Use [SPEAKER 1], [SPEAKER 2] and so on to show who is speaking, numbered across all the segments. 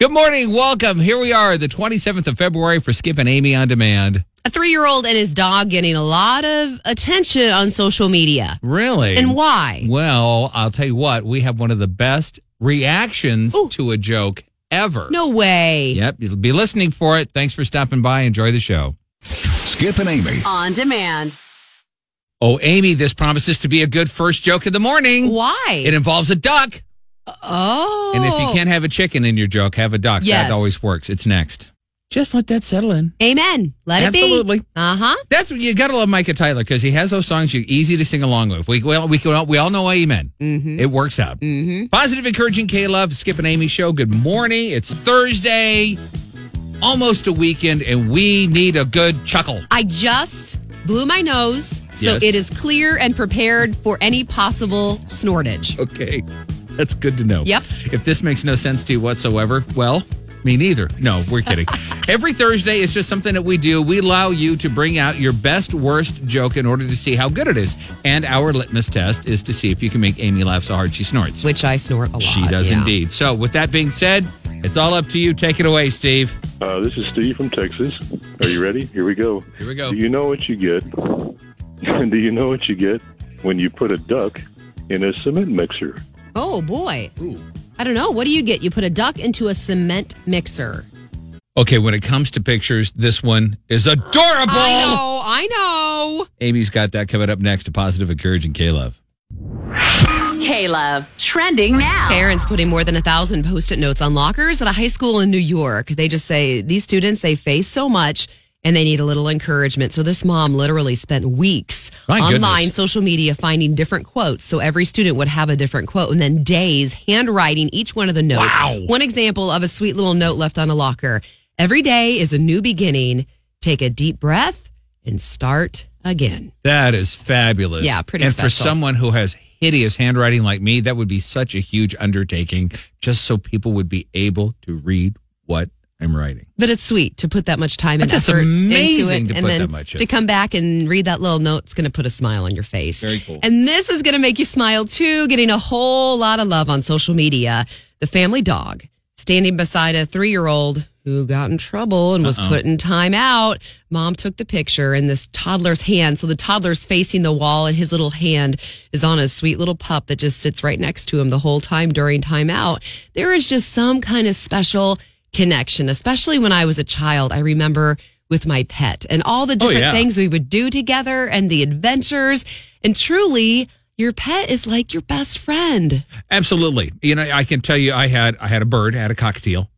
[SPEAKER 1] Good morning. Welcome. Here we are, the 27th of February for Skip and Amy on Demand.
[SPEAKER 2] A three year old and his dog getting a lot of attention on social media.
[SPEAKER 1] Really?
[SPEAKER 2] And why?
[SPEAKER 1] Well, I'll tell you what, we have one of the best reactions
[SPEAKER 2] Ooh.
[SPEAKER 1] to a joke ever.
[SPEAKER 2] No way.
[SPEAKER 1] Yep. You'll be listening for it. Thanks for stopping by. Enjoy the show.
[SPEAKER 3] Skip and Amy.
[SPEAKER 2] On demand.
[SPEAKER 1] Oh, Amy, this promises to be a good first joke of the morning.
[SPEAKER 2] Why?
[SPEAKER 1] It involves a duck.
[SPEAKER 2] oh.
[SPEAKER 1] And if you can't have a chicken in your joke, have a duck.
[SPEAKER 2] Yes.
[SPEAKER 1] That always works. It's next. Just let that settle in.
[SPEAKER 2] Amen. Let it be.
[SPEAKER 1] Absolutely.
[SPEAKER 2] Uh huh.
[SPEAKER 1] That's what you gotta love Micah Tyler because he has those songs you're easy to sing along with. We we all, we, can all- we all know Amen.
[SPEAKER 2] Mm
[SPEAKER 1] It works out.
[SPEAKER 2] hmm. Mm hmm.
[SPEAKER 1] Positive, encouraging K Love, Skip and Amy show. Good morning. It's Thursday, almost a weekend, and we need a good chuckle.
[SPEAKER 2] I just blew my nose, so
[SPEAKER 1] Yes.
[SPEAKER 2] it is clear and prepared for any possible snortage.
[SPEAKER 1] Okay, that's good to know.
[SPEAKER 2] Yep.
[SPEAKER 1] If this makes no sense to you whatsoever, well, me neither. No, we're kidding. Every Thursday is just something that we do. We allow you to bring out your best, worst joke in order to see how good it is. And our litmus test is to see if you can make Amy laugh so hard she snorts.
[SPEAKER 2] Which I snort a lot.
[SPEAKER 1] She does
[SPEAKER 2] yeah.
[SPEAKER 1] indeed. So, with that being said, it's all up to you. Take it away, Steve.
[SPEAKER 4] Uh, this is Steve from Texas. Are you ready? Here we go.
[SPEAKER 1] Here we go.
[SPEAKER 4] Do you know what you get? Do you know what you get when you put a duck in a cement mixer?
[SPEAKER 2] Oh, boy.
[SPEAKER 1] Ooh.
[SPEAKER 2] I don't know. What do you get? You put a duck into a cement mixer.
[SPEAKER 1] Okay, when it comes to pictures, this one is adorable.
[SPEAKER 2] I know.
[SPEAKER 1] Amy's got that coming up next to Positive Encouraging K Love.
[SPEAKER 5] K-Love, trending now.
[SPEAKER 2] Parents putting more than a thousand post-it notes on lockers at a high school in New York. They just say these students they face so much and they need a little encouragement. So this mom literally spent weeks
[SPEAKER 1] My goodness.
[SPEAKER 2] online, social media, finding different quotes. So every student would have a different quote, and then days handwriting each one of the notes.
[SPEAKER 1] Wow.
[SPEAKER 2] One example of a sweet little note left on a locker. Every day is a new beginning. Take a deep breath and start again.
[SPEAKER 1] That is fabulous.
[SPEAKER 2] Yeah, pretty
[SPEAKER 1] And for
[SPEAKER 2] special.
[SPEAKER 1] someone who has hideous handwriting like me, that would be such a huge undertaking just so people would be able to read what I'm writing.
[SPEAKER 2] But it's sweet to put that much time and
[SPEAKER 1] That's
[SPEAKER 2] effort
[SPEAKER 1] amazing
[SPEAKER 2] into
[SPEAKER 1] to put
[SPEAKER 2] it, and then
[SPEAKER 1] that much in.
[SPEAKER 2] to come back and read that little note. It's going to put a smile on your face.
[SPEAKER 1] Very cool.
[SPEAKER 2] And this is going to make you smile too. Getting a whole lot of love on social media. The family dog standing beside a three-year-old who got in trouble and was put in time out. Mom took the picture and this toddler's hand. So the toddler's facing the wall and his little hand is on his sweet little pup that just sits right next to him the whole time during timeout. There is just some kind of special connection, especially when I was a child. I remember with my pet and all the different
[SPEAKER 1] yeah.
[SPEAKER 2] things we would do together and the adventures. And truly, your pet is like your best friend.
[SPEAKER 1] Absolutely. You know, I can tell you I had I had a bird, I had a cockatiel.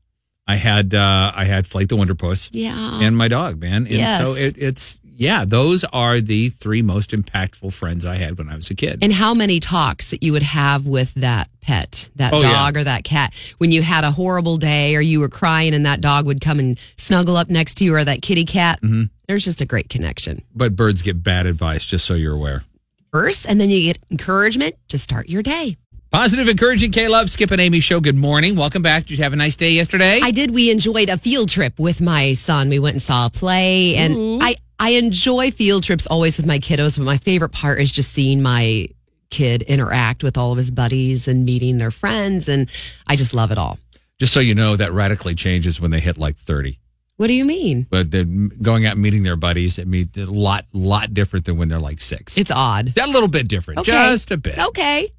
[SPEAKER 1] I had uh I had Flake the Wonderpuss.
[SPEAKER 2] Yeah.
[SPEAKER 1] and my dog, man. And
[SPEAKER 2] Yes.
[SPEAKER 1] so it, it's yeah, those are the three most impactful friends I had when I was a kid.
[SPEAKER 2] and how many talks that you would have with that pet, that
[SPEAKER 1] Oh, yeah.
[SPEAKER 2] dog or that cat, when you had a horrible day or you were crying and that dog would come and snuggle up next to you or that kitty cat.
[SPEAKER 1] Mm-hmm.
[SPEAKER 2] There's just a great connection.
[SPEAKER 1] but birds get bad advice, just so you're aware.
[SPEAKER 2] First, and then you get encouragement to start your day.
[SPEAKER 1] Positive, encouraging K Love, Skip and Amy show. Good morning. Welcome back. Did you have a nice day yesterday?
[SPEAKER 2] I did. We enjoyed a field trip with my son. We went and saw a play, and I I enjoy field trips always with my kiddos. But my favorite part is just seeing my kid interact with all of his buddies and meeting their friends, and I just love it all.
[SPEAKER 1] just so you know, that radically changes when they hit like 30.
[SPEAKER 2] What do you mean?
[SPEAKER 1] But they're going out and meeting their buddies, it means a lot, lot different than when they're like six.
[SPEAKER 2] It's odd.
[SPEAKER 1] that little bit different,
[SPEAKER 2] Okay.
[SPEAKER 1] just a bit.
[SPEAKER 2] Okay.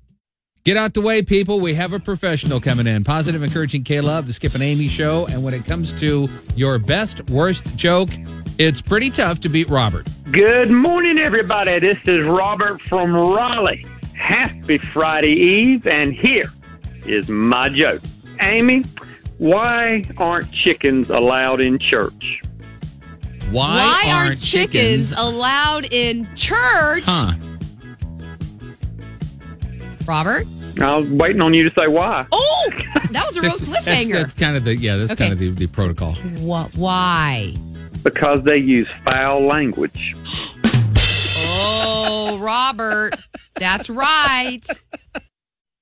[SPEAKER 1] Get out the way, people. We have a professional coming in. Positive, encouraging K Love, the Skip and Amy show. And when it comes to your best, worst joke, it's pretty tough to beat Robert.
[SPEAKER 6] Good morning, everybody. This is Robert from Raleigh. Happy Friday Eve, and here is my joke. Amy, why aren't chickens allowed in church?
[SPEAKER 1] Why,
[SPEAKER 2] Why aren't chickens allowed in church?
[SPEAKER 1] Huh.
[SPEAKER 2] Robert?
[SPEAKER 6] I was waiting on you to say why.
[SPEAKER 2] Oh, that was a real
[SPEAKER 1] That's- That's,
[SPEAKER 2] cliffhanger.
[SPEAKER 1] kind of the yeah. That's
[SPEAKER 2] Okay.
[SPEAKER 1] kind of the, the protocol.
[SPEAKER 2] Wha- Why?
[SPEAKER 6] Because they use foul language.
[SPEAKER 2] Oh, Robert. That's right.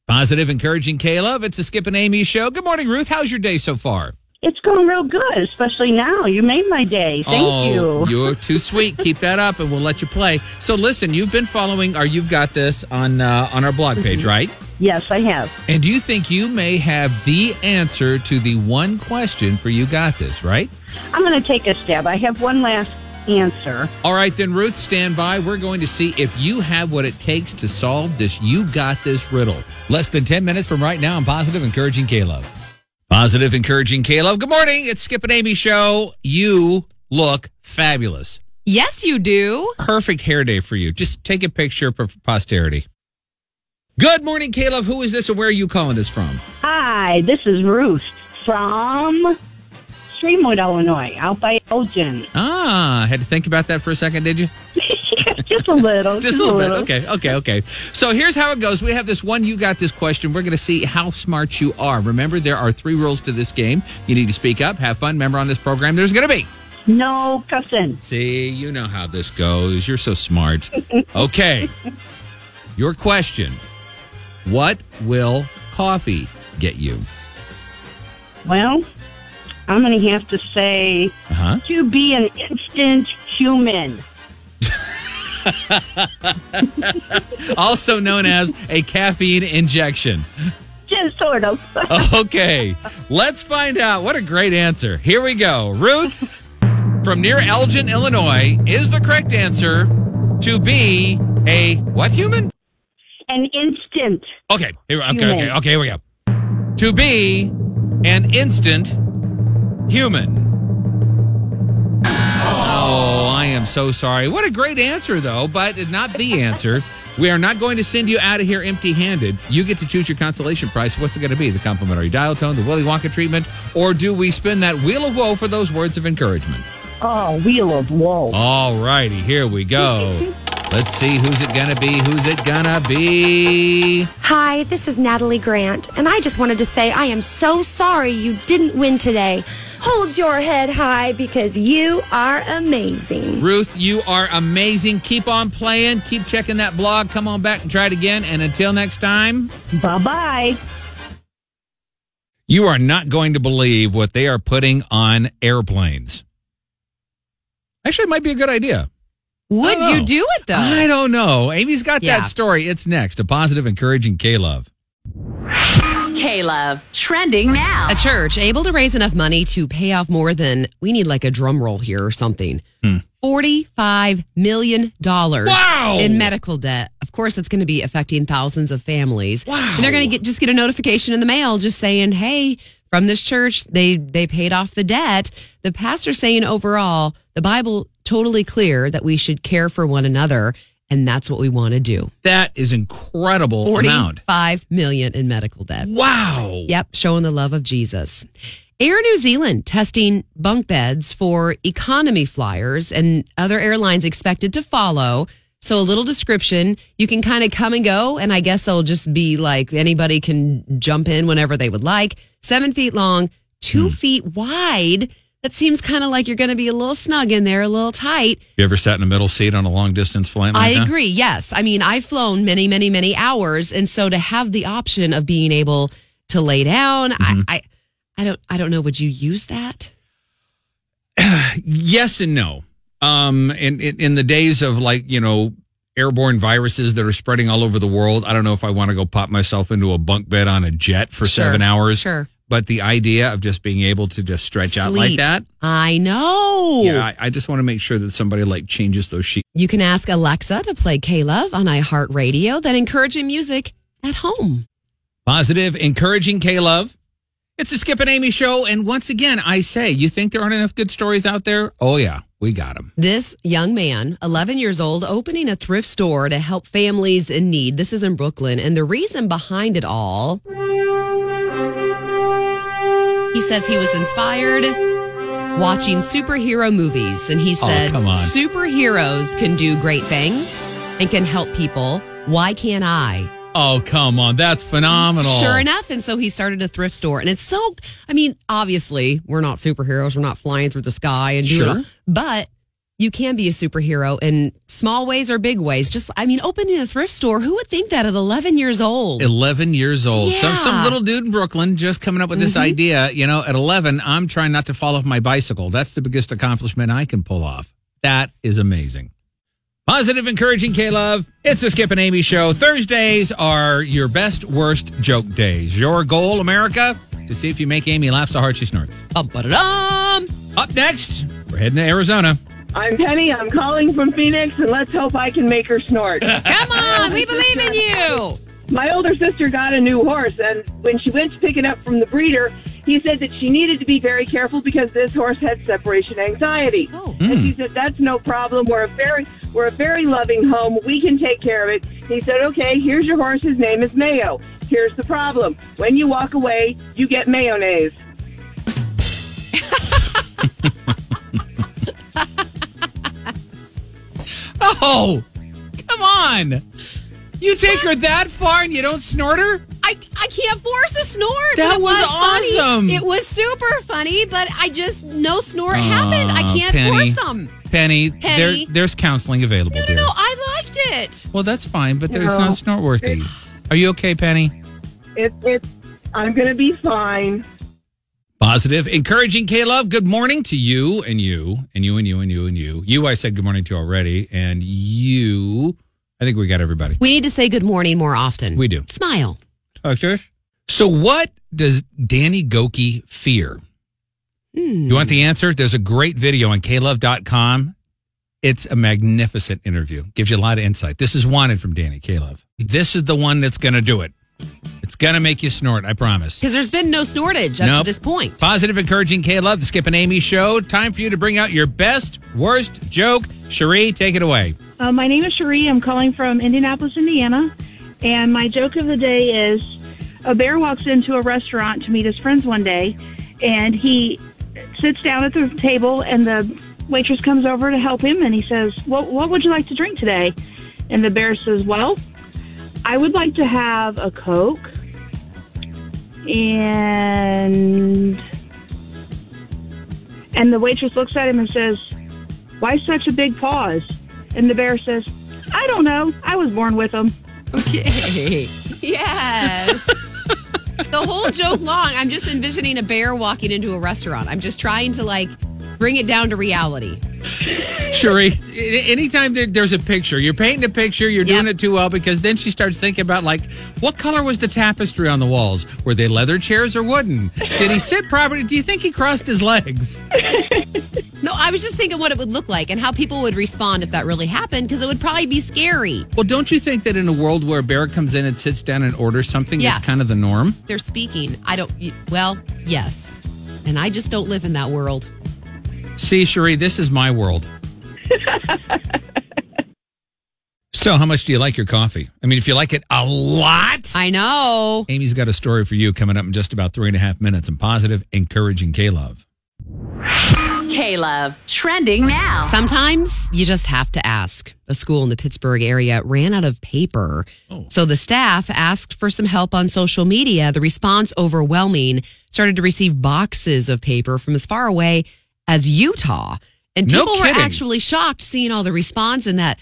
[SPEAKER 1] Positive, encouraging K Love. It's a Skip and Amy show. Good morning, Ruth. How's your day so far?
[SPEAKER 3] It's going real good, especially now. You made my day. Thank
[SPEAKER 1] oh,
[SPEAKER 3] you.
[SPEAKER 1] are too sweet. Keep that up, and we'll let you play. So, listen, you've been following or you've got this on uh, on our blog page,
[SPEAKER 3] Mm-hmm.
[SPEAKER 1] right?
[SPEAKER 3] Yes, I have.
[SPEAKER 1] And do you think you may have the answer to the one question for you got this, right?
[SPEAKER 3] I'm going to take a stab. I have one last answer.
[SPEAKER 1] All right, then, Ruth, stand by. We're going to see if you have what it takes to solve this You Got This riddle. Less than 10 minutes from right now on Positive Encouraging Caleb. Positive Encouraging Caleb. Good morning. It's Skip and Amy Show. You look fabulous.
[SPEAKER 2] Yes, you do.
[SPEAKER 1] Perfect hair day for you. Just take a picture for posterity. Good morning, Caleb. Who is this and where are you calling us from?
[SPEAKER 3] Hi, this is Ruth from Streamwood, Illinois, out by Elgin.
[SPEAKER 1] Ah, had to think about that for a second, did you?
[SPEAKER 3] just a little.
[SPEAKER 1] Just a little bit. Okay, okay, okay. So here's how it goes. We have this one. You got this question. We're going to see how smart you are. Remember, there are three rules to this game. You need to speak up, have fun. Remember, on this program, there's going to be.
[SPEAKER 3] No cussing.
[SPEAKER 1] See, you know how this goes. You're so smart. Okay. Your question What will coffee get you?
[SPEAKER 3] Well, I'm going to have to say
[SPEAKER 1] Uh huh.
[SPEAKER 3] to be an instant human.
[SPEAKER 1] Also known as a caffeine injection.
[SPEAKER 3] Just sort of.
[SPEAKER 1] Okay, let's find out. What a great answer. Here we go. Ruth from near Elgin, Illinois, is the correct answer to be a what human?
[SPEAKER 3] an instant.
[SPEAKER 1] Okay, here, okay,
[SPEAKER 3] Human.
[SPEAKER 1] okay, okay, here we go. To be an instant human. Oh, I am so sorry. What a great answer, though, but not the answer. We are not going to send you out of here empty handed. You get to choose your consolation prize. What's it going to be? The complimentary dial tone, the Willy Wonka treatment, or do we spin that wheel of woe for those words of encouragement?
[SPEAKER 3] Oh, Wheel of Woe.
[SPEAKER 1] All righty, here we go. Let's see who's it going to be. Who's it going to be?
[SPEAKER 5] Hi, this is Natalie Grant, and I just wanted to say I am so sorry you didn't win today. Hold your head high because you are amazing.
[SPEAKER 1] Ruth, you are amazing. Keep on playing. Keep checking that blog. Come on back and try it again. And until next time,
[SPEAKER 3] Bye bye.
[SPEAKER 1] you are not going to believe what they are putting on airplanes. Actually, it might be a good idea.
[SPEAKER 2] Would
[SPEAKER 1] Oh.
[SPEAKER 2] you do it though?
[SPEAKER 1] I don't know. Amy's got
[SPEAKER 2] Yeah.
[SPEAKER 1] that story. It's next. A positive, encouraging K Love.
[SPEAKER 7] K-Love, trending now.
[SPEAKER 2] A church able to raise enough money to pay off more than we need like a drum roll here or something. $45 million
[SPEAKER 1] Hmm. Wow!
[SPEAKER 2] in medical debt. Of course, that's going to be affecting thousands of families.
[SPEAKER 1] Wow.
[SPEAKER 2] And they're going to get just get a notification in the mail just saying, "Hey, from this church, they they paid off the debt." The pastor saying overall, the Bible totally clear that we should care for one another, and that's what we want to do.
[SPEAKER 1] That is incredible amount.
[SPEAKER 2] 45 million in medical debt.
[SPEAKER 1] Wow.
[SPEAKER 2] Yep, showing the love of Jesus. Air New Zealand testing bunk beds for economy flyers and other airlines expected to follow. So a little description, you can kind of come and go, and I guess they'll just be like anybody can jump in whenever they would like. Seven feet long, two feet wide. That seems kind of like you're going to be a little snug in there, a little tight.
[SPEAKER 1] You ever sat in a middle seat on a long distance flight like
[SPEAKER 2] I
[SPEAKER 1] that?
[SPEAKER 2] agree. Yes. I mean, I've flown many, many, many hours. And so to have the option of being able to lay down,
[SPEAKER 1] Mm-hmm.
[SPEAKER 2] I, I, I don't, I don't know. Would you use that?
[SPEAKER 1] yes and no. Um, in, in in the days of like you know airborne viruses that are spreading all over the world, I don't know if I want to go pop myself into a bunk bed on a jet for
[SPEAKER 2] Sure,
[SPEAKER 1] seven hours.
[SPEAKER 2] sure.
[SPEAKER 1] But the idea of just being able to just stretch out like
[SPEAKER 2] Sleep.
[SPEAKER 1] that,
[SPEAKER 2] I know.
[SPEAKER 1] yeah, I, I just want to make sure that somebody like changes those sheets.
[SPEAKER 2] You can ask Alexa to play K Love on iHeartRadio, then encouraging music at home.
[SPEAKER 1] Positive, encouraging K Love. It's a Skip and Amy show. And once again, I say, you think there aren't enough good stories out there? Oh, yeah, we got them.
[SPEAKER 2] This young man, 11 years old, opening a thrift store to help families in need. This is in Brooklyn. And the reason behind it all, he says he was inspired watching superhero movies. And he said,
[SPEAKER 1] Oh, come on.
[SPEAKER 2] superheroes can do great things and can help people. Why can't I?
[SPEAKER 1] Oh, come on. That's phenomenal.
[SPEAKER 2] Sure enough. And so he started a thrift store. And it's so, I mean, obviously, we're not superheroes. We're not flying through the sky and doing
[SPEAKER 1] Sure.
[SPEAKER 2] all- but you can be a superhero in small ways or big ways. Just, I mean, opening a thrift store, who would think that at 11 years old?
[SPEAKER 1] 11 years old. Some, some
[SPEAKER 2] Yeah.
[SPEAKER 1] little dude in Brooklyn just coming up with this idea. You know, at 11, I'm trying not to fall off my bicycle. That's the biggest accomplishment I can pull off. That is amazing. Positive, encouraging K Love. It's the Skip and Amy show. Thursdays are your best, worst joke days. Your goal, America, to see if you make Amy laugh so hard she snorts.
[SPEAKER 2] Bum, ba-da-dum.
[SPEAKER 1] Up next, we're heading to Arizona.
[SPEAKER 7] I'm Penny. I'm calling from Phoenix, and let's hope I can make her snort.
[SPEAKER 2] Come on, we believe in you.
[SPEAKER 7] My older sister got a new horse, and when she went to pick it up from the breeder, he said that she needed to be very careful because this horse had separation anxiety.
[SPEAKER 2] Oh.
[SPEAKER 7] And she said, "That's no problem. We're a very, we're a very loving home. We can take care of it." He said, "Okay, here's your horse. His name is Mayo. Here's the problem: when you walk away, you get mayonnaise."
[SPEAKER 1] Oh, come on. You take her that far and you don't snort her?
[SPEAKER 2] I, I can't force a snort.
[SPEAKER 1] That
[SPEAKER 2] It
[SPEAKER 1] was
[SPEAKER 2] funny.
[SPEAKER 1] awesome.
[SPEAKER 2] It was super funny, but I just no snort happened. I
[SPEAKER 1] Aw,
[SPEAKER 2] can't
[SPEAKER 1] Penny.
[SPEAKER 2] force them.
[SPEAKER 1] Penny,
[SPEAKER 2] Penny.
[SPEAKER 1] There, there's counseling available,
[SPEAKER 2] No,
[SPEAKER 1] dear.
[SPEAKER 2] no, no. I liked it.
[SPEAKER 1] Well, that's fine, but there's not snort worthy. Are you okay, Penny?
[SPEAKER 7] It, it's. I'm gonna be fine.
[SPEAKER 1] Positive, encouraging K Love. Good morning to you and you and you and you and you and you. You, I said good morning to already, and you, I think we got everybody.
[SPEAKER 2] We need to say good morning more often.
[SPEAKER 1] We do.
[SPEAKER 2] Smile.
[SPEAKER 1] So, what does Danny Goki fear? You want
[SPEAKER 2] Hmm.
[SPEAKER 1] the answer? There's a great video on klove.com. It's a magnificent interview. Gives you a lot of insight. This is wanted from Danny Klove. This is the one that's going to do it. It's going to make you snort, I promise.
[SPEAKER 2] Because there's been no snortage up
[SPEAKER 1] Nope.
[SPEAKER 2] to this point.
[SPEAKER 1] Positive, encouraging K Love, the Skip and Amy show. Time for you to bring out your best, worst joke. Cherie, take it away.
[SPEAKER 8] Uh, my name is Cherie. I'm calling from Indianapolis, Indiana. And my joke of the day is a bear walks into a restaurant to meet his friends one day, and he sits down at the table, and the waitress comes over to help him, and he says, "What what would you like to drink today?" And the bear says, "Well, I would like to have a coke and." And the waitress looks at him and says, why such a big pause? And the bear says, I don't know. I was born with them.
[SPEAKER 2] Okay. yes. the whole joke long. I'm just envisioning a bear walking into a restaurant. I'm just trying to like bring it down to reality.
[SPEAKER 1] Cherie, a- anytime there, there's a picture, you're painting a picture, you're doing
[SPEAKER 2] Yep.
[SPEAKER 1] it too well because then she starts thinking about, like, what color was the tapestry on the walls? Were they leather chairs or wooden? Did he sit properly? Do you think he crossed his legs?
[SPEAKER 2] No, I was just thinking what it would look like and how people would respond if that really happened because it would probably be scary.
[SPEAKER 1] Well, don't you think that in a world where a bear comes in and sits down and orders something,
[SPEAKER 2] Yeah.
[SPEAKER 1] that's kind of the norm?
[SPEAKER 2] They're speaking. I don't. y- Well, yes, and I just don't live in that world.
[SPEAKER 1] See, Cherie, this is my world. so, how much do you like your coffee? I mean, if you like it a lot,
[SPEAKER 2] I know.
[SPEAKER 1] Amy's got a story for you coming up in just about three and a half minutes and positive, encouraging K Love.
[SPEAKER 9] K Love, trending now.
[SPEAKER 2] Sometimes you just have to ask. A school in the Pittsburgh area ran out of paper.
[SPEAKER 1] Oh.
[SPEAKER 2] So the staff asked for some help on social media. The response overwhelming started to receive boxes of paper from as far away as Utah. And
[SPEAKER 1] No
[SPEAKER 2] people were
[SPEAKER 1] kidding.
[SPEAKER 2] actually shocked seeing all the response and that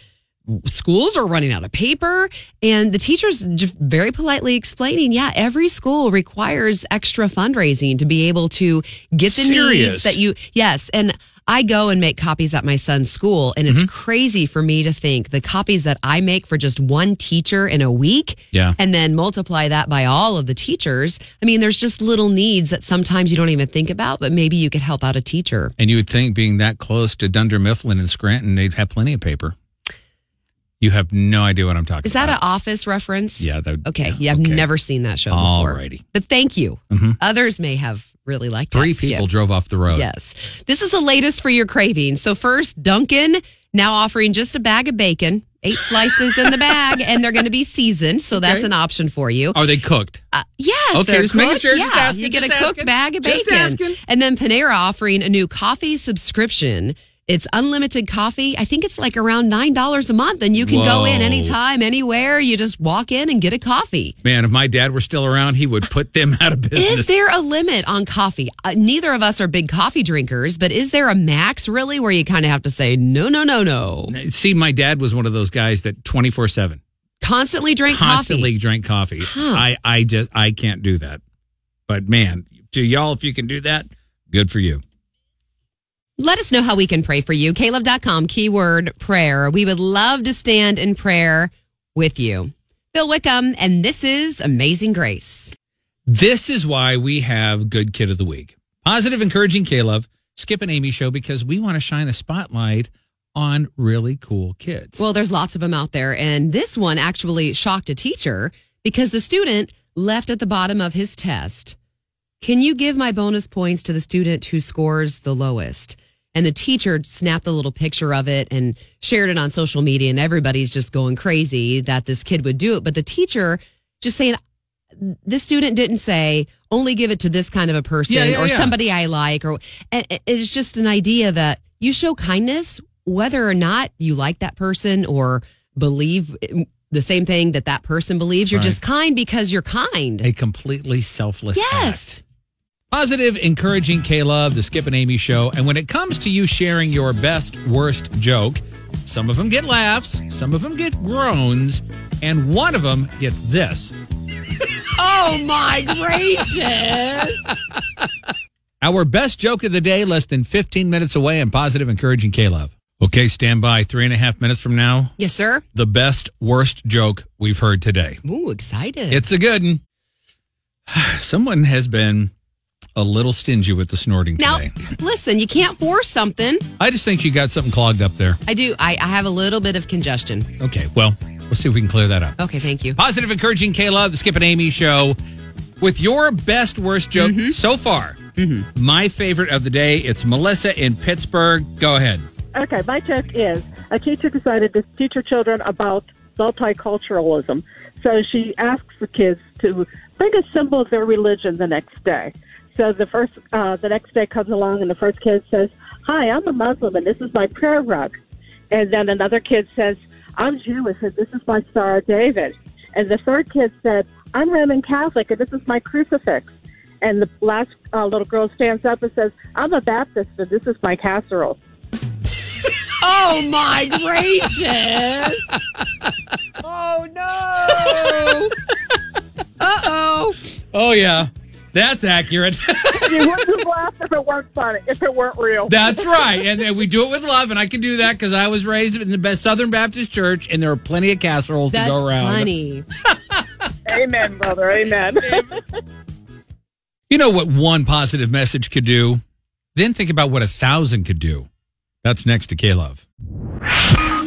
[SPEAKER 2] schools are running out of paper and the teachers just very politely explaining yeah every school requires extra fundraising to be able to get the
[SPEAKER 1] Serious?
[SPEAKER 2] needs that you yes and i go and make copies at my son's school and it's crazy for me to think the copies that i make for just one teacher in a week
[SPEAKER 1] Yeah.
[SPEAKER 2] and then multiply that by all of the teachers i mean there's just little needs that sometimes you don't even think about but maybe you could help out a teacher
[SPEAKER 1] And you would think being that close to Dunder Mifflin and Scranton, they'd have plenty of paper. You have no idea what I'm talking
[SPEAKER 2] is that
[SPEAKER 1] about.
[SPEAKER 2] an office reference
[SPEAKER 1] Yeah. That,
[SPEAKER 2] Okay,
[SPEAKER 1] yeah,
[SPEAKER 2] yeah, I've never seen that show before.
[SPEAKER 1] Alrighty.
[SPEAKER 2] But thank you.
[SPEAKER 1] Mhm.
[SPEAKER 2] Others may have really liked
[SPEAKER 1] Three
[SPEAKER 2] that skip.
[SPEAKER 1] people drove off the road.
[SPEAKER 2] Yes. This is the latest for your cravings. So first, Duncan now offering just a bag of bacon, eight slices in the bag, and they're going to be seasoned. So that's
[SPEAKER 1] Okay.
[SPEAKER 2] an option for you.
[SPEAKER 1] Are Oh, they cooked?
[SPEAKER 2] Uh, yes.
[SPEAKER 1] Okay,
[SPEAKER 2] they're
[SPEAKER 1] just making
[SPEAKER 2] cooked.
[SPEAKER 1] sure.
[SPEAKER 2] Yeah,
[SPEAKER 1] Just asking,
[SPEAKER 2] you get
[SPEAKER 1] just
[SPEAKER 2] a cooked
[SPEAKER 1] asking.
[SPEAKER 2] bag of
[SPEAKER 1] Just
[SPEAKER 2] bacon.
[SPEAKER 1] asking.
[SPEAKER 2] And then Panera offering a new coffee subscription. It's unlimited coffee. I think it's like around $9 a month, and you can go in
[SPEAKER 1] Whoa.
[SPEAKER 2] anytime, anywhere. You just walk in and get a coffee.
[SPEAKER 1] Man, if my dad were still around, he would put them out of business.
[SPEAKER 2] Is there a limit on coffee? Uh, neither of us are big coffee drinkers, but is there a max really where you kind of have to say, no, no, no, no?
[SPEAKER 1] See, my dad was one of those guys that 24 7
[SPEAKER 2] Constantly drink
[SPEAKER 1] constantly
[SPEAKER 2] coffee.
[SPEAKER 1] drank coffee. I, I just, I can't do that. But man, to y'all, if you can do that, good for you.
[SPEAKER 2] Let us know how we can pray for you. Caleb.com, keyword prayer. We would love to stand in prayer with you. Phil Wickham, and this is Amazing Grace.
[SPEAKER 1] This is why we have Good Kid of the Week. Positive, encouraging Caleb, Skip and Amy show because we want to shine a spotlight on really cool kids.
[SPEAKER 2] Well, there's lots of them out there. And this one actually shocked a teacher because the student left at the bottom of his test. Can you give my bonus points to the student who scores the lowest? And the teacher snapped a little picture of it and shared it on social media. And everybody's just going crazy that this kid would do it. But the teacher just saying, this student didn't say only give it to this kind of a person
[SPEAKER 1] Yeah, yeah,
[SPEAKER 2] or
[SPEAKER 1] yeah.
[SPEAKER 2] somebody I like or and it- it's just an idea that you show kindness whether or not you like that person or believe eh, the same thing that that person believes you're
[SPEAKER 1] Right.
[SPEAKER 2] just kind because you're kind
[SPEAKER 1] a completely selfless act.
[SPEAKER 2] yes
[SPEAKER 1] Positive, encouraging K Love, the Skip and Amy show. And when it comes to you sharing your best, worst joke, some of them get laughs, some of them get groans, and one of them gets this.
[SPEAKER 2] oh my gracious
[SPEAKER 1] Our best joke of the day, less than 15 minutes away, and positive, encouraging K Love. Okay, stand by. Three and a half minutes from now,
[SPEAKER 2] yes sir
[SPEAKER 1] the best, worst joke we've heard today.
[SPEAKER 2] ooh excited
[SPEAKER 1] It's a good one. Someone has been a little stingy with the snorting
[SPEAKER 2] now
[SPEAKER 1] today.
[SPEAKER 2] listen you can't force something
[SPEAKER 1] I just think you got something clogged up there.
[SPEAKER 2] i do I, I have a little bit of congestion
[SPEAKER 1] Okay, well, we'll see if we can clear that up.
[SPEAKER 2] okay thank you
[SPEAKER 1] Positive, encouraging K Love, the Skip and Amy show. With your best, worst joke so far, my favorite of the day, it's Melissa in Pittsburgh. Go ahead.
[SPEAKER 10] Okay, my tip is a teacher decided to teach her children about multiculturalism. So she asks the kids to bring a symbol of their religion the next day. So the first, uh, the next day comes along, and the first kid says, "Hi, I'm a Muslim, and this is my prayer rug." And then another kid says, "I'm Jewish, and this is my Star of David." And the third kid said, "I'm Roman Catholic, and this is my crucifix." And the last uh, little girl stands up and says, "I'm a Baptist, and this is my casserole."
[SPEAKER 2] oh my gracious oh no uh-oh
[SPEAKER 1] Oh, yeah. That's accurate.
[SPEAKER 10] you wouldn't laugh if it weren't funny, if it weren't real.
[SPEAKER 1] That's right. And, and we do it with love. And I can do that because I was raised in the best Southern Baptist church, and there are plenty of casseroles
[SPEAKER 2] that's
[SPEAKER 1] to go around.
[SPEAKER 2] funny
[SPEAKER 10] Amen, brother. Amen.
[SPEAKER 1] You know what one positive message could do? Then think about what a thousand could do. That's next to K Love.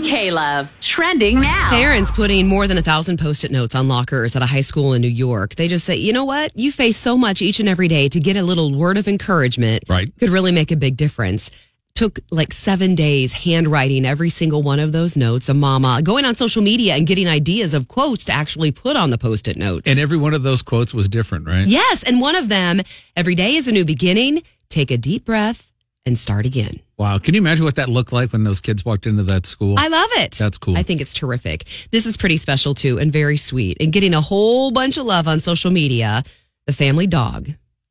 [SPEAKER 9] K-Love, trending now.
[SPEAKER 2] Parents putting more than a thousand post it notes on lockers at a high school in New York. They just say, you know what? You face so much each and every day to get a little word of encouragement
[SPEAKER 1] Right.
[SPEAKER 2] could really make a big difference. Took like seven days handwriting every single one of those notes. A mama going on social media and getting ideas of quotes to actually put on the post it notes.
[SPEAKER 1] And every one of those quotes was different, right?
[SPEAKER 2] yes. And one of them, every day is a new beginning. Take a deep breath and start again.
[SPEAKER 1] Wow. Can you imagine what that looked like when those kids walked into that school?
[SPEAKER 2] I love it.
[SPEAKER 1] That's cool.
[SPEAKER 2] I think it's terrific. This is pretty special too and very sweet. And getting a whole bunch of love on social media. The family dog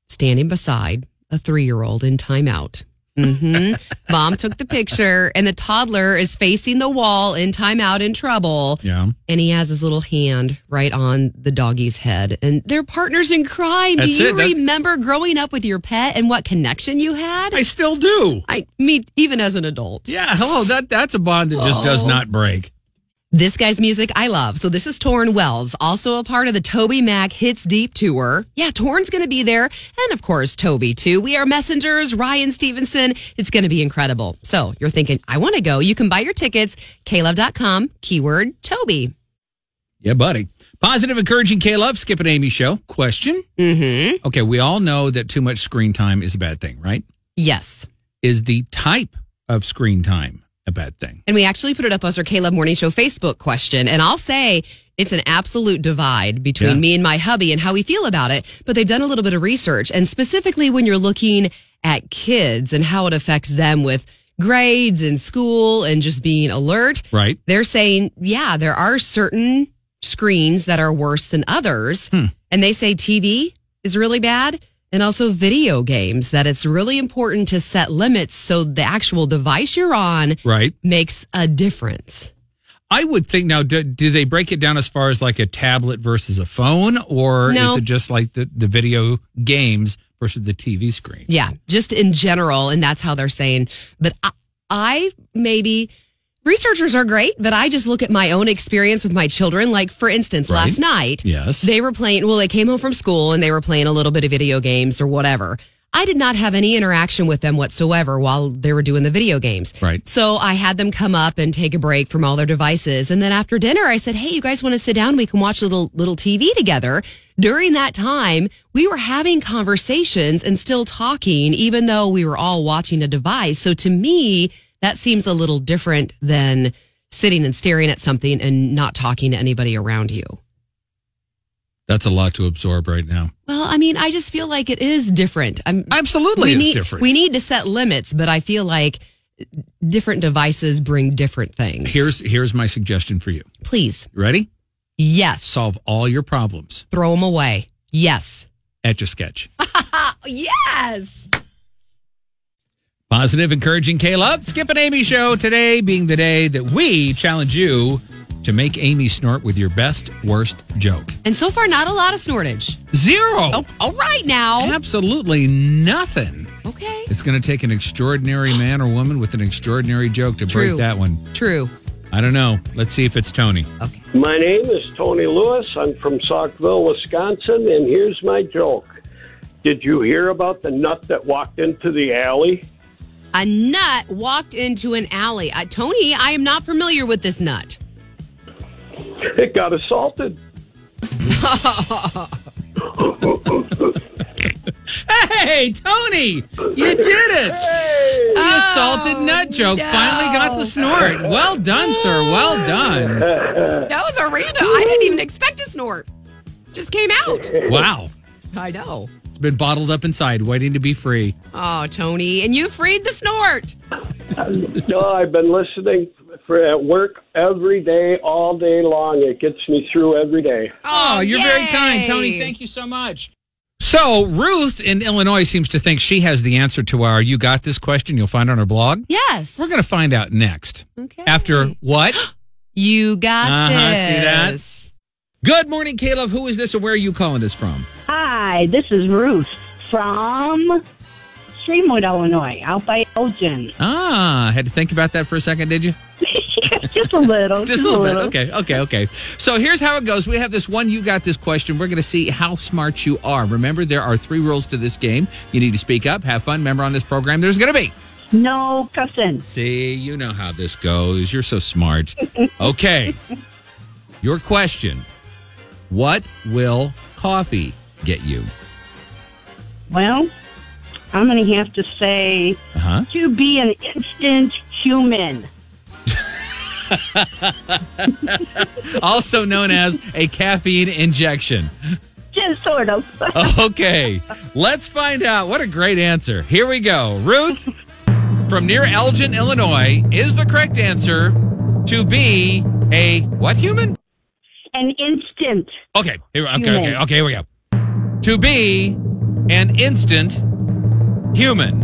[SPEAKER 2] standing beside a three year old in timeout. hmm Mom took the picture, and the toddler is facing the wall in timeout in trouble.
[SPEAKER 1] yeah.
[SPEAKER 2] And he has his little hand right on the doggie's head. And they're partners in crime.
[SPEAKER 1] That's
[SPEAKER 2] Do you
[SPEAKER 1] it. That-
[SPEAKER 2] remember growing up with your pet and what connection you had?
[SPEAKER 1] I still do.
[SPEAKER 2] I mean, even as an adult.
[SPEAKER 1] Yeah. Hello. That that's a bond that just does
[SPEAKER 2] Oh.
[SPEAKER 1] not break.
[SPEAKER 2] This guy's music I love. So this is Torn Wells, also a part of the Toby Mac Hits Deep Tour. Yeah, Torn's going to be there. And of course, Toby too. We are messengers, Ryan Stevenson. It's going to be incredible. So you're thinking, I want to go. You can buy your tickets, klove.com, keyword Toby.
[SPEAKER 1] Yeah, buddy. Positive, encouraging K Love, Skip and Amy show. Question.
[SPEAKER 2] Mm-hmm.
[SPEAKER 1] Okay. We all know that too much screen time is a bad thing, right?
[SPEAKER 2] Yes.
[SPEAKER 1] Is the type of screen time a bad thing?
[SPEAKER 2] And we actually put it up as our Caleb Morning Show Facebook question. And I'll say it's an absolute divide between
[SPEAKER 1] Yeah.
[SPEAKER 2] me and my hubby and how we feel about it. But they've done a little bit of research. And specifically when you're looking at kids and how it affects them with grades and school and just being alert.
[SPEAKER 1] Right.
[SPEAKER 2] They're saying, yeah, there are certain screens that are worse than others. And they say TV is really bad and also video games, that it's really important to set limits so the actual device you're on
[SPEAKER 1] Right.
[SPEAKER 2] makes a difference.
[SPEAKER 1] I would think now, do, do they break it down as far as like a tablet versus a phone, or
[SPEAKER 2] No.
[SPEAKER 1] is it just like the, the video games versus the TV screen?
[SPEAKER 2] Yeah, just in general, and that's how they're saying. But I, I maybe researchers are great, but I just look at my own experience with my children. Like for instance,
[SPEAKER 1] Right.
[SPEAKER 2] last night,
[SPEAKER 1] Yes.
[SPEAKER 2] they were playing. Well, they came home from school and they were playing a little bit of video games or whatever. I did not have any interaction with them whatsoever while they were doing the video games.
[SPEAKER 1] Right.
[SPEAKER 2] So I had them come up and take a break from all their devices. And then after dinner, I said, Hey, you guys want to sit down? We can watch a little, little TV together. During that time, we were having conversations and still talking, even though we were all watching a device. So to me, that seems a little different than sitting and staring at something and not talking to anybody around you.
[SPEAKER 1] That's a lot to absorb right now.
[SPEAKER 2] Well, I mean, I just feel like it is different. I'm,
[SPEAKER 1] Absolutely,
[SPEAKER 2] we
[SPEAKER 1] it's
[SPEAKER 2] need,
[SPEAKER 1] different.
[SPEAKER 2] We need to set limits, but I feel like different devices bring different things.
[SPEAKER 1] Here's here's my suggestion for you.
[SPEAKER 2] please,
[SPEAKER 1] Ready?
[SPEAKER 2] yes,
[SPEAKER 1] Solve all your problems
[SPEAKER 2] throw them away. Yes,
[SPEAKER 1] etch a sketch.
[SPEAKER 2] Uh, yes.
[SPEAKER 1] Positive, encouraging Caleb. Skip and Amy show today being the day that we challenge you to make Amy snort with your best worst joke.
[SPEAKER 2] And so far, not a lot of snortage.
[SPEAKER 1] Zero.
[SPEAKER 2] Oh, all right now.
[SPEAKER 1] Absolutely nothing.
[SPEAKER 2] Okay.
[SPEAKER 1] It's going to take an extraordinary man or woman with an extraordinary joke to
[SPEAKER 2] True.
[SPEAKER 1] break that one.
[SPEAKER 2] True.
[SPEAKER 1] I don't know. Let's see if it's Tony.
[SPEAKER 2] Okay.
[SPEAKER 11] My name is Tony Lewis. I'm from Saukville, Wisconsin, and here's my joke. Did you hear about the nut that walked into the alley?
[SPEAKER 2] A nut walked into an alley. Uh, Tony, I am not familiar with this nut.
[SPEAKER 11] It got assaulted.
[SPEAKER 1] Hey, Tony, you did it. The assaulted nut joke finally got the snort. Well done, sir. Well done.
[SPEAKER 2] That was a random. I didn't even expect a snort. Just came out.
[SPEAKER 1] Wow.
[SPEAKER 2] I know.
[SPEAKER 1] It's been bottled up inside, waiting to be free.
[SPEAKER 2] Oh, Tony, and you freed the snort.
[SPEAKER 11] No, I've been listening for at work every day, all day long. It gets me through every day.
[SPEAKER 1] Oh, you're very kind, Tony. Thank you so much. So, Ruth in Illinois seems to think she has the answer to our You Got This question you'll find on her blog.
[SPEAKER 2] Yes.
[SPEAKER 1] We're going to find out next.
[SPEAKER 2] okay.
[SPEAKER 1] After what?
[SPEAKER 2] you got
[SPEAKER 1] Uh-huh, see that?
[SPEAKER 2] this.
[SPEAKER 1] Good morning, Caleb. Who is this and where are you calling us from?
[SPEAKER 3] Hi, this is Ruth from Streamwood, Illinois, out by Elgin.
[SPEAKER 1] Ah, had to think about that for a second, did you?
[SPEAKER 3] just a little.
[SPEAKER 1] Just a little bit. Okay, okay, okay. So here's how it goes. We have this one, you got this question. We're going to see how smart you are. Remember, there are three rules to this game. You need to speak up, have fun. Remember, on this program, there's going to be.
[SPEAKER 3] No cussing.
[SPEAKER 1] See, you know how this goes. You're so smart. Okay. Your question What will coffee get you?
[SPEAKER 3] Well, I'm going to have to say
[SPEAKER 1] Uh huh.
[SPEAKER 3] to be an instant human.
[SPEAKER 1] Also known as a caffeine injection.
[SPEAKER 3] Just sort of.
[SPEAKER 1] Okay, let's find out. What a great answer. Here we go. Ruth from near Elgin, Illinois, is the correct answer to be a what human?
[SPEAKER 3] an instant.
[SPEAKER 1] Okay, here, okay, okay, okay, here we go. To be an instant human.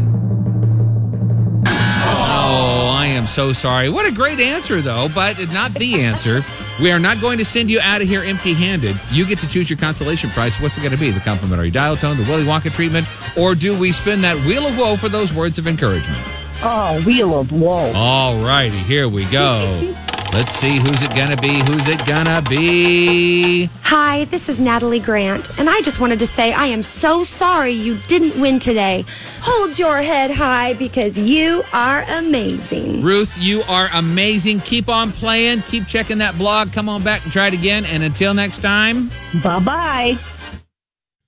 [SPEAKER 1] Oh, I am so sorry. What a great answer, though, but not the answer. We are not going to send you out of here empty handed. You get to choose your consolation prize. What's it going to be? The complimentary dial tone, the Willy Wonka treatment, or do we spin that wheel of woe for those words of encouragement?
[SPEAKER 3] Oh, wheel of woe.
[SPEAKER 1] All righty, here we go. Let's see who's it going to be. Who's it going to be?
[SPEAKER 5] Hi, this is Natalie Grant, and I just wanted to say I am so sorry you didn't win today. Hold your head high because you are amazing.
[SPEAKER 1] Ruth, you are amazing. Keep on playing. Keep checking that blog. Come on back and try it again. And until next time.
[SPEAKER 3] Bye bye.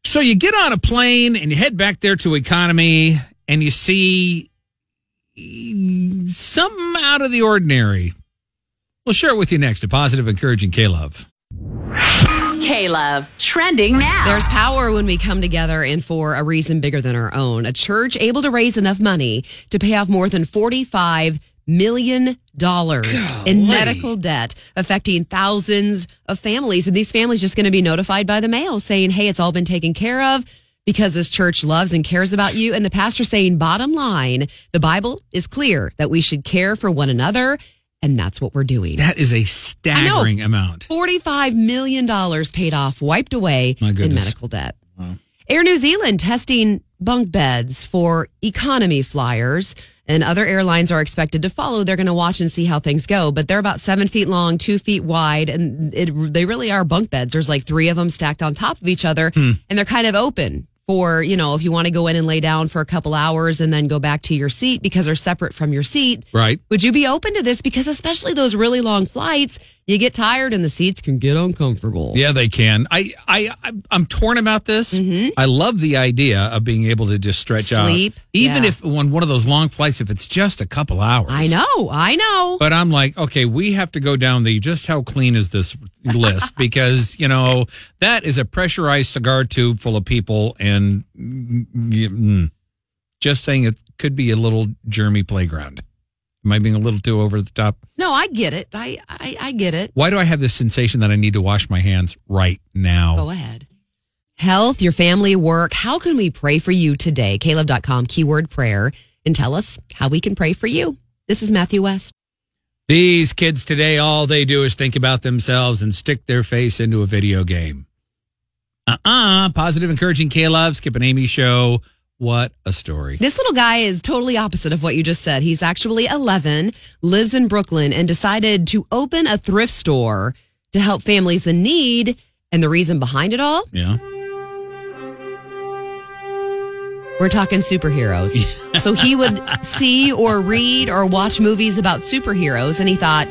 [SPEAKER 1] So you get on a plane and you head back there to economy and you see eh, something out of the ordinary. We'll share it with you next. A positive, encouraging K Love.
[SPEAKER 9] K Love, trending now.
[SPEAKER 2] There's power when we come together and for a reason bigger than our own. A church able to raise enough money to pay off more than $45 million in medical debt, affecting thousands of families. And these families just going to be notified by the mail saying, hey, it's all been taken care of because this church loves and cares about you. And the pastor saying, bottom line, the Bible is clear that we should care for one another. And that's what we're doing.
[SPEAKER 1] That is a
[SPEAKER 2] I know.
[SPEAKER 1] staggering amount.
[SPEAKER 2] $45 million paid off, wiped away
[SPEAKER 1] My
[SPEAKER 2] in
[SPEAKER 1] goodness.
[SPEAKER 2] medical debt. Air New Zealand testing bunk beds for economy flyers, and other airlines are expected to follow. They're going to watch and see how things go, but they're about seven feet long, two feet wide, and it, they really are bunk beds. There's like three of them stacked on top of each other,
[SPEAKER 12] Hmm.
[SPEAKER 2] and they're kind of open for, you know, if you want to go in and lay down for a couple hours and then go back to your seat because they're separate from your seat.
[SPEAKER 1] Right.
[SPEAKER 2] Would you be open to this? Because especially those really long flights, you get tired and the seats can get uncomfortable.
[SPEAKER 1] Yeah, they can. I, I, I'm- I'm torn about this. I love the idea of being able to just stretch
[SPEAKER 2] Mm-hmm. Sleep,
[SPEAKER 1] out, even
[SPEAKER 2] yeah.
[SPEAKER 1] if on one of those long flights, if it's just a couple hours.
[SPEAKER 2] I know, I know.
[SPEAKER 1] But I'm like, okay, we have to go down the just how clean is this list because you know that is a pressurized cigar tube full of people, and mm, mm, just saying it could be a little germy playground. Am I being a little too over the top?
[SPEAKER 2] No, I get it. I, I, I get it.
[SPEAKER 1] Why do I have this sensation that I need to wash my hands right now?
[SPEAKER 2] Go ahead. Health, your family, work. How can we pray for you today? Caleb.com, keyword prayer, and tell us how we can pray for you. This is Matthew West.
[SPEAKER 1] These kids today, all they do is think about themselves and stick their face into a video game. Uh uh Positive, encouraging K Love, Skip and Amy show. What a story.
[SPEAKER 2] This little guy is totally opposite of what you just said. He's actually 11, lives in Brooklyn, and decided to open a thrift store to help families in need. And the reason behind it all?
[SPEAKER 1] Yeah.
[SPEAKER 2] We're talking superheroes. so he would see or read or watch movies about superheroes, and he thought,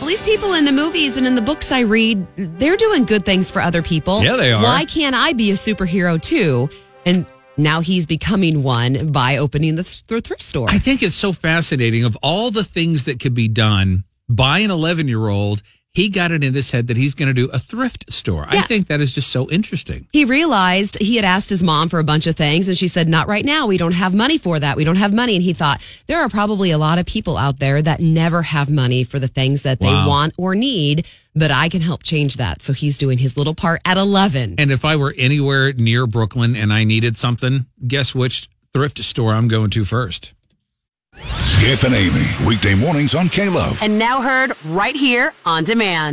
[SPEAKER 2] well, these people in the movies and in the books I read, they're doing good things for other people.
[SPEAKER 1] Yeah, they are.
[SPEAKER 2] Why can't I be a superhero too? And now he's becoming one by opening the, th- the thrift store.
[SPEAKER 1] I think it's so fascinating. Of all the things that could be done by an 11 year old, he got it in his head that he's going to do a thrift store. I think that is just so interesting.
[SPEAKER 2] He realized he had asked his mom for a bunch of things, and she said, Not right now. We don't have money for that. We don't have money. And he thought, There are probably a lot of people out there that never have money for the things that they
[SPEAKER 1] Wow.
[SPEAKER 2] want or need, but I can help change that. So he's doing his little part at 11.
[SPEAKER 1] And if I were anywhere near Brooklyn and I needed something, guess which thrift store I'm going to first?
[SPEAKER 13] Skip and Amy, weekday mornings on K Love.
[SPEAKER 9] And now heard right here on demand.